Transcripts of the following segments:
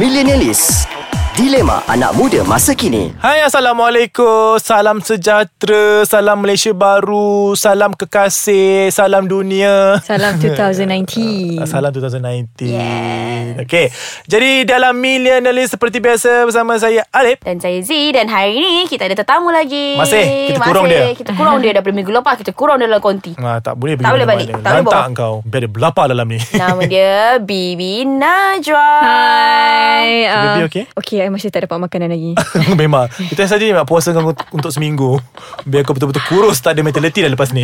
Millennialis Dilema anak muda masa kini Hai Assalamualaikum Salam sejahtera Salam Malaysia Baru Salam kekasih Salam dunia Salam 2019 Salam 2019 Okay Jadi dalam Millennialis Seperti biasa Bersama saya Alip Dan saya Z Dan hari ni Kita ada tetamu lagi Masih, kita kurung Masih, dia. Kita kurang dia Daripada minggu lepas Kita kurang dia dalam konti ah, Tak boleh pergi Tak boleh mana-mana. balik. Tak boleh Lantak bawa. kau Biar dia berlapar dalam ni Nama dia Bibi Najwa Hai Baby, ah, okay? Okay I masih tak dapat makanan lagi Memang Kita saja nak puasa kau Untuk seminggu Biar kau betul-betul kurus Tak ada mentality dah lepas ni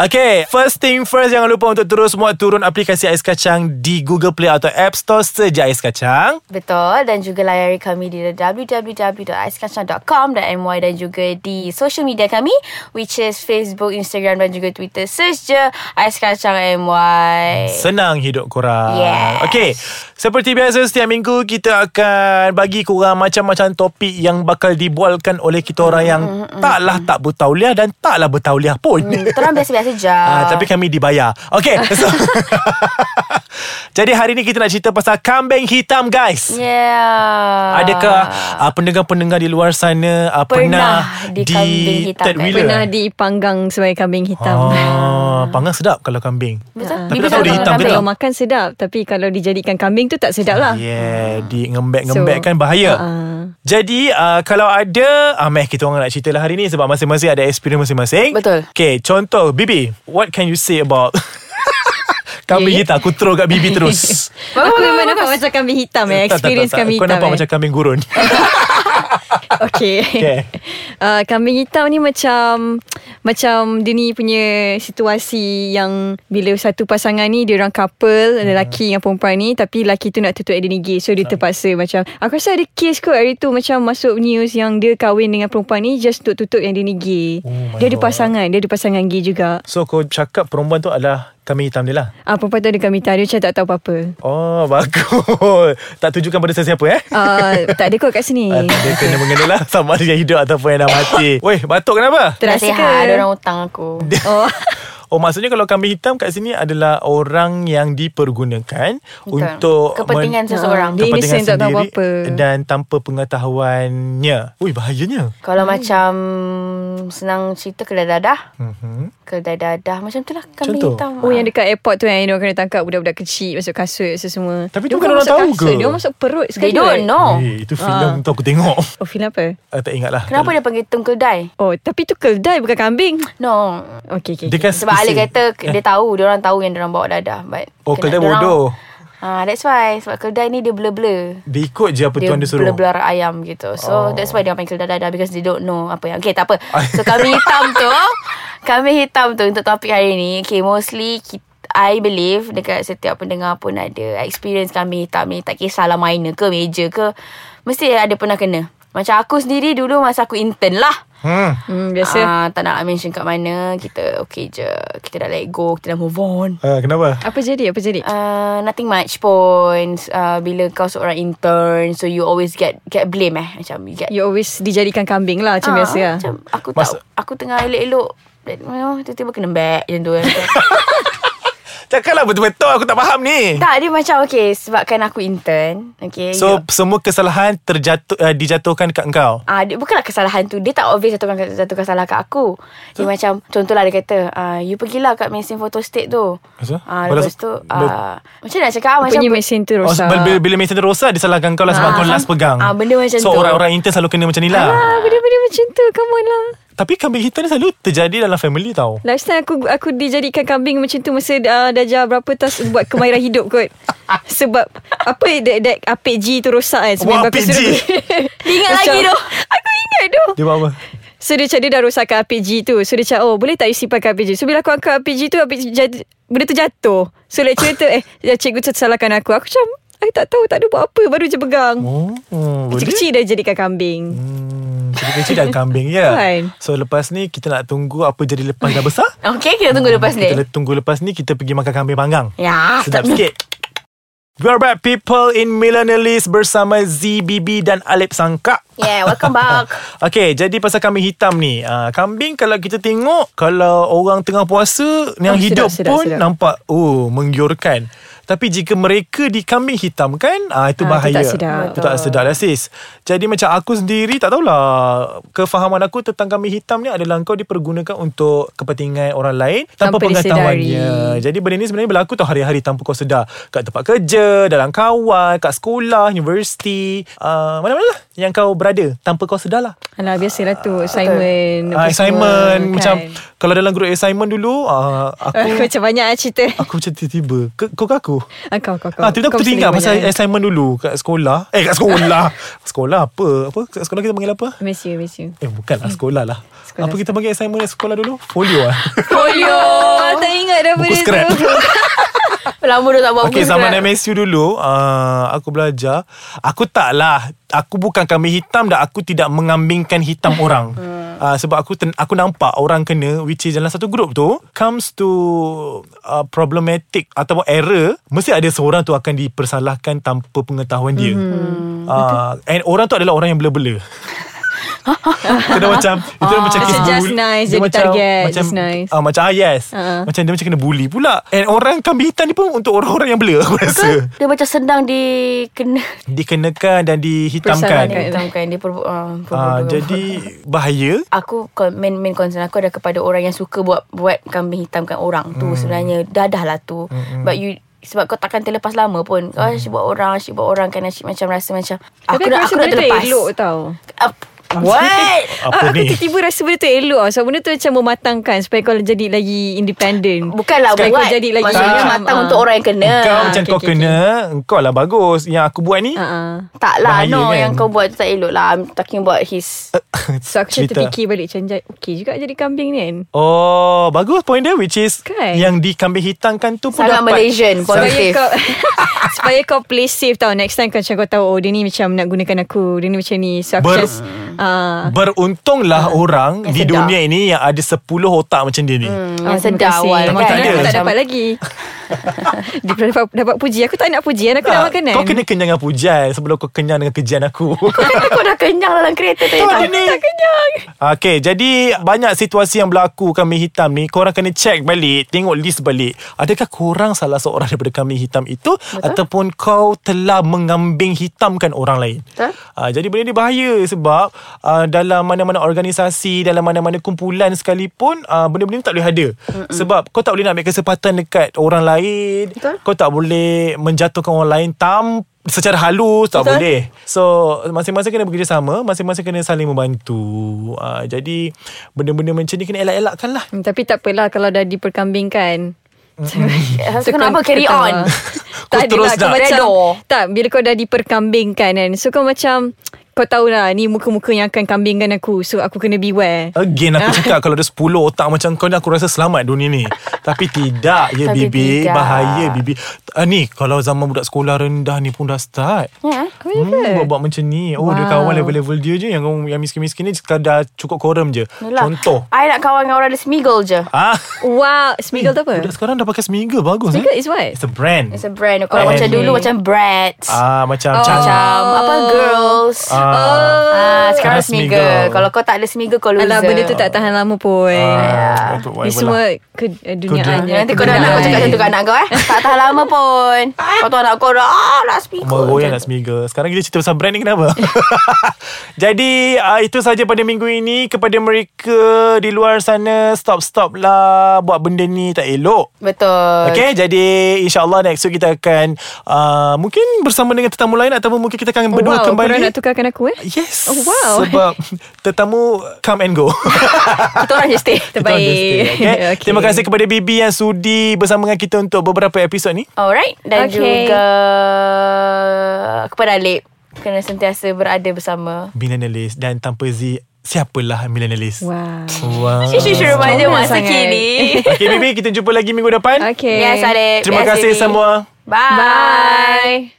Okay First thing first Jangan lupa untuk terus muat turun Aplikasi Ais Kacang Di Google Play atau App Store Seja Ais Kacang Betul Dan juga layari kami Di www.aiskacang.com.my Dan juga di Social media kami Which is Facebook, Instagram Dan juga Twitter Search je Ais Kacang MY Oh. Senang hidup korang Yes. Okay Seperti biasa Setiap minggu kita akan Bagi korang macam-macam topik Yang bakal dibualkan oleh kita orang Yang Mm-hmm, taklah tak bertauliah Dan taklah bertauliah pun Hmm, Terang biasa-biasa je Ah, tapi kami dibayar. Okay. So, jadi hari ni kita nak cerita pasal kambing hitam Ya. guys. Yeah Adakah uh, pendengar-pendengar di luar sana uh, pernah, Pernah di kambing hitam, third eh? wheeler? Pernah dipanggang sebagai kambing hitam Uh, Ah, panggang sedap kalau kambing. Betul Tapi tak tahu selalu dia hitam ke makan kambing. tak. Kalau makan sedap Tapi kalau dijadikan kambing tu tak sedap lah Yeah, Ah. di ngembek-ngembek So, kan bahaya. ah. Jadi uh, kalau ada, ah meh kita orang nak cerita lah hari ni sebab masing-masing ada experience masing-masing. Betul. Okay, contoh Bibi, what can you say about kambing Ya, ya. hitam? Aku throw kat Bibi terus. Aku memang nampak macam kambing hitam eh Tak, tak, tak, Experience tak. kambing Kau hitam nampak eh. macam kambing gurun. Okay, Okay. uh, Kambing hitam ni macam Macam dia ni punya situasi yang Bila satu pasangan ni Dia orang couple Hmm. Lelaki dengan perempuan ni Tapi lelaki tu nak tutup dia ni gay So dia terpaksa macam Aku rasa ada kes kot hari tu Macam masuk news yang dia kahwin dengan perempuan ni Just untuk tutup yang dia ni gay Oh my Dia ada God. pasangan Dia ada pasangan gay juga So kau cakap perempuan tu adalah kami hitam dia lah uh, Perempuan tu ada kambing hitam Dia macam tak tahu apa-apa Oh bagus Tak tunjukkan pada sesiapa eh uh, Tak ada kot kat sini Ah, Dia kena mengenal lah Sama ada yang hidup Ataupun yang dah mati Weh batuk kenapa? Terasa Nasihat ke? Ada orang hutang aku Oh Oh maksudnya kalau kambing hitam kat sini adalah orang yang dipergunakan Betul. untuk Kepentingan seseorang. Dia innocent, tak tahu sendiri apa-apa. dan tanpa pengetahuannya. Ui bahayanya. Kalau hmm. macam senang cerita kedai dadah, Mhm. kedai dadah macam tu lah kambing Contoh? hitam. Oh yang dekat airport tu yang Dia orang kena tangkap Budak-budak kecil Masuk kasut so semua Tapi tu Dia bukan orang masuk tahu kasut, ke? Dia orang masuk perut sekali They don't know. Eh, itu filem tu aku tengok. Oh film apa? Ah, tak ingat lah. Ah. Kenapa dia panggil tung kedai? Oh tapi tu keldai bukan kambing No. Okay okay, Dia kan Sebab Ali specific. kata k- dia tahu, dia orang tahu yang dia orang bawa dadah. But Oh kedai kena dia orang- bodoh. Ah, that's why sebab kedai ni dia blur-blur. Dia ikut je apa Dia tuan dia suruh. blur-blur ayam gitu So Oh. oh. that's why dia orang panggil dadah Because they don't know Apa yang Okay tak apa So kambing hitam tu Kambing hitam tu Untuk topik hari ni Okay mostly kita, I believe Dekat setiap pendengar pun ada Experience kambing hitam ni Tak kisahlah minor ke Major ke Mesti ada pernah kena Macam aku sendiri dulu Masa aku intern lah Hmm. hmm, Biasa uh, Ah, Tak nak mention kat mana Kita okay je Kita dah let go Kita dah move on Ah, kenapa? Apa jadi apa jadi Uh, nothing much pun uh, Bila kau seorang intern So you always get get blame eh Macam you get You always dijadikan kambing lah Macam Ah, biasa lah Macam aku Masa- tak Aku tengah elok-elok Then, you know, Tiba-tiba kena back Macam tu kan Cakaplah betul-betul aku tak faham ni. Tak dia macam Okay sebabkan aku intern Okay So you- semua kesalahan terjatuh uh, dijatuhkan kat engkau. Ah, dia, bukanlah kesalahan tu Dia tak obvious jatuhkan, jatuhkan salah kat aku Dia macam Contohlah dia kata ah, You pergilah kat mesin photo state tu Kenapa? ah, Balas- Lepas tu Ber- ah, Macam nak cakap ah, Macam Punya mesin tu Oh, rosak bila, bila- bila Mason terrosak Dia salahkan kau lah Sebab Ah, kau last sam- pegang ah, benda macam so, tu. orang-orang intern selalu kena macam ni lah Ah, benda-benda macam tu Come on lah Tapi kambing hitam ni selalu Terjadi dalam family tau Last time aku aku dijadikan kambing macam tu masa uh, darjah berapa tas buat kemahiran hidup kot. Sebab apa that, that apik G tu rosak kan Wah, aku apik G. suruh- Ingat Macam- lagi tu. Aku ingat tu. Dia buat apa? So dia macam dia dah rosakkan apik G tu So dia macam oh boleh tak you simpan kat apik G So bila aku angkat apik G tu apik G jat, Benda tu jatuh So lecturer tu eh ya, Cikgu tu salahkan aku Aku macam Aku tak tahu tak ada buat apa Baru je pegang Oh, oh boleh Kecil-kecil dah jadikan kambing Hmm, Kecil-kecil dan kambing ya Kan? So lepas ni Kita nak tunggu Apa jadi lepas dah besar Okay kita tunggu lepas ni Kita le- tunggu lepas ni Kita pergi makan kambing panggang Ya Sedap sikit We are back people in Millennialist Bersama ZBB dan Alip Sangka Yeah welcome back Okay jadi pasal kambing hitam ni uh, Kambing kalau kita tengok Kalau orang tengah puasa Yang Oh, sedap, hidup sedap, pun sedap. nampak Oh menggiurkan Tapi jika mereka dikambing hitam kan, ah itu Ah, bahaya. itu tak sedap. Itu tak sedap lah sis. Jadi macam aku sendiri tak tahulah kefahaman aku tentang kambing hitam ni adalah kau dipergunakan untuk kepentingan orang lain tanpa, Tanpa pengetahuannya. Jadi benda ni sebenarnya berlaku tau hari-hari tanpa kau sedar. Kat tempat kerja, dalam kawan, kat sekolah, universiti, uh, mana-mana lah yang kau berada tanpa kau sedar lah. Alah biasalah tu Simon Ah, kan? assignment macam kalau dalam grup assignment dulu ah, aku Aku macam banyak lah cerita aku macam tiba-tiba ke, kau ke aku Ah, Kau kau kau Ah, tiba-tiba Kau aku mesti teringat lagi pasal banyak. assignment dulu kat sekolah. Eh, kat sekolah. sekolah apa? Apa kat sekolah kita panggil apa? Miss you miss you Eh, bukan lah sekolah lah. Hmm. Sekolah. Apa kita panggil assignment kat sekolah dulu? Folio lah. Polio Oh tak ingat dah Buku benda scrap. tu Lama dah tak buat Okay buku zaman sekarang. MSU dulu uh, Aku belajar Aku tak lah Aku bukan kami hitam Dan aku tidak mengambingkan hitam orang Hmm. uh, Sebab aku ten, aku nampak Orang kena Which is dalam satu grup tu Comes to uh, Problematic Atau error Mesti ada seorang tu Akan dipersalahkan Tanpa pengetahuan dia mm-hmm. Hmm. uh, And orang tu adalah orang yang bela-bela Kena macam Itu dia macam Macam kes Ah, just bully. nice Dia jadi target, macam, just nice. Ah, macam ah, yes Ah. Macam dia macam kena bully pula And orang kambing hitam ni pun Untuk orang-orang yang bela Aku rasa Dia macam senang dikena Dikenakan dan Persamaan dihitamkan kan. Hitamkan Dia perbu uh, ah, Jadi Bahaya Aku kon- main main concern aku adalah kepada orang yang suka buat buat kambing hitamkan orang tu Hmm. sebenarnya dadah lah tu. But you sebab kau takkan terlepas lama pun. Kau Hmm. asyik buat orang, asyik buat orang kan asyik macam rasa macam Tapi aku, nak rasa aku nak benda tu terlepas. elok tau Ap- What? Apa Ah, aku ni tiba-tiba rasa benda tu elok tau. Sebab benda tu macam mematangkan Supaya kau jadi lagi independent Bukanlah Sekarang lah, buat. kau jadi lagi Maksudnya macam, matang ah. untuk orang yang kena. Kau Ah, macam okay, kau okay, kena Kau lah bagus Yang aku buat ni uh-uh. Tak lah Bahaya no kan? Eh, Yang kau buat tu tak elok lah I'm talking about his So aku macam terfikir balik Macam jat- okay juga jadi kambing ni kan Oh Bagus point dia Which is Kan? Yang dikambing hitamkan tu pun Sangat dapat Malaysian Supaya Positif kau Supaya kau play safe tau Next time kau macam kau tahu Oh dia ni macam nak gunakan aku Dia ni macam ni So aku Ber- just uh, Beruntunglah orang Yang Di sedap. dunia ini Yang ada 10 otak macam dia ni Hmm. Yang sedar Hmm. awal Memang kan Makan aku Ya, tak Macam- dapat lagi Dia pernah dapat, dapat puji Aku tak nak pujian Aku nak kan? Tak, makanan Ah, Kau kena kenyang dengan pujian Sebelum kau kenyang dengan kejian aku Kau dah kenyang dalam kereta tadi Kau tak? ni Tak kenyang Okay jadi Banyak situasi yang berlaku Kami hitam ni Korang kena check balik Tengok list balik Adakah korang Salah seorang daripada kami hitam itu Betul? Ataupun kau Telah mengambing hitamkan orang lain Betul. uh, Jadi benda ni bahaya Sebab uh, Dalam mana-mana organisasi Dalam mana-mana kumpulan sekalipun uh, Benda-benda ni tak boleh ada Mm-mm. Sebab kau tak boleh nak ambil kesempatan Dekat orang lain Betul. Kau tak boleh Menjatuhkan orang lain Tanpa Secara halus tak Betul. boleh Eh, so masing-masing kena bekerjasama, masing-masing kena saling membantu. Uh, jadi benda-benda macam ni kena elak-elakkan lah. Hmm, Tapi tak apalah Kalau dah diperkambingkan So kenapa kau- carry kau on tak- Tak Kau terus adalah kau dah. macam Redor. Tak bila kau dah diperkambingkan kan So kau macam Kau tahu lah Ni muka-muka yang akan kambingkan aku So aku kena beware Again Ah. aku cakap kalau ada 10 otak macam kau ni aku rasa selamat dunia ni. Tapi tidak ya Tapi Bibi, tidak. bahaya Bibi. Uh, ni kalau zaman budak sekolah rendah ni pun dah start. Ya Oh ya ke? Hmm, buat macam ni. Oh, wow. dia Wow. kawan level-level dia je yang yang miskin-miskin ni sekadar cukup korum je. Yalah. Contoh. I nak kawan dengan orang ada smiggle je Ah, Wow Smiggle tu apa? budak sekarang dah pakai seminggu bagus Smiggle eh. is what? It's a brand. It's a brand Kalau Oh, macam okay. dulu Macam brats ah, macam Oh. canggih. Macam Apa girls Ah. Ah, Sekarang sekarang smiggle. smiggle Kalau kau tak ada smiggle Kau loser Alah benda tu tak tahan lama pun Ah, untuk whatever Ni lah. semua ke, eh, duniaan Keduniaan. je, Ya, Nanti kau dah kebendaan. nak Kau cakap macam tu kat anak kau eh Tak tahan lama pun Kau tu anak kau dah Ah nak smiggle Meroyan Macam nak smiga Sekarang kita cerita pasal brand ni kenapa Jadi uh, Itu saja pada minggu ini Kepada mereka Di luar sana Stop-stop lah Buat benda ni tak elok Betul Okay jadi InsyaAllah next week kita akan uh, Mungkin bersama dengan tetamu lain Ataupun mungkin kita akan Oh, berdua wow, korang kembali nak tukarkan aku eh? Yes Oh, wow. Sebab Tetamu come and go Kita orang je stay Kita orang just stay, Terbaik okay? okay. Terima kasih kepada Bibi yang sudi Bersama dengan kita Untuk beberapa episod ni Alright Dan Okay. juga Kepada Alip Kena sentiasa berada bersama Millennialist Dan tanpa Z Siapalah millennialist Wow Wow. Sisi remaja Comel masa sangat. kini Okay baby Kita jumpa lagi minggu depan Okay Yes Alip Terima Yes, kasih Bibi. semua Bye Bye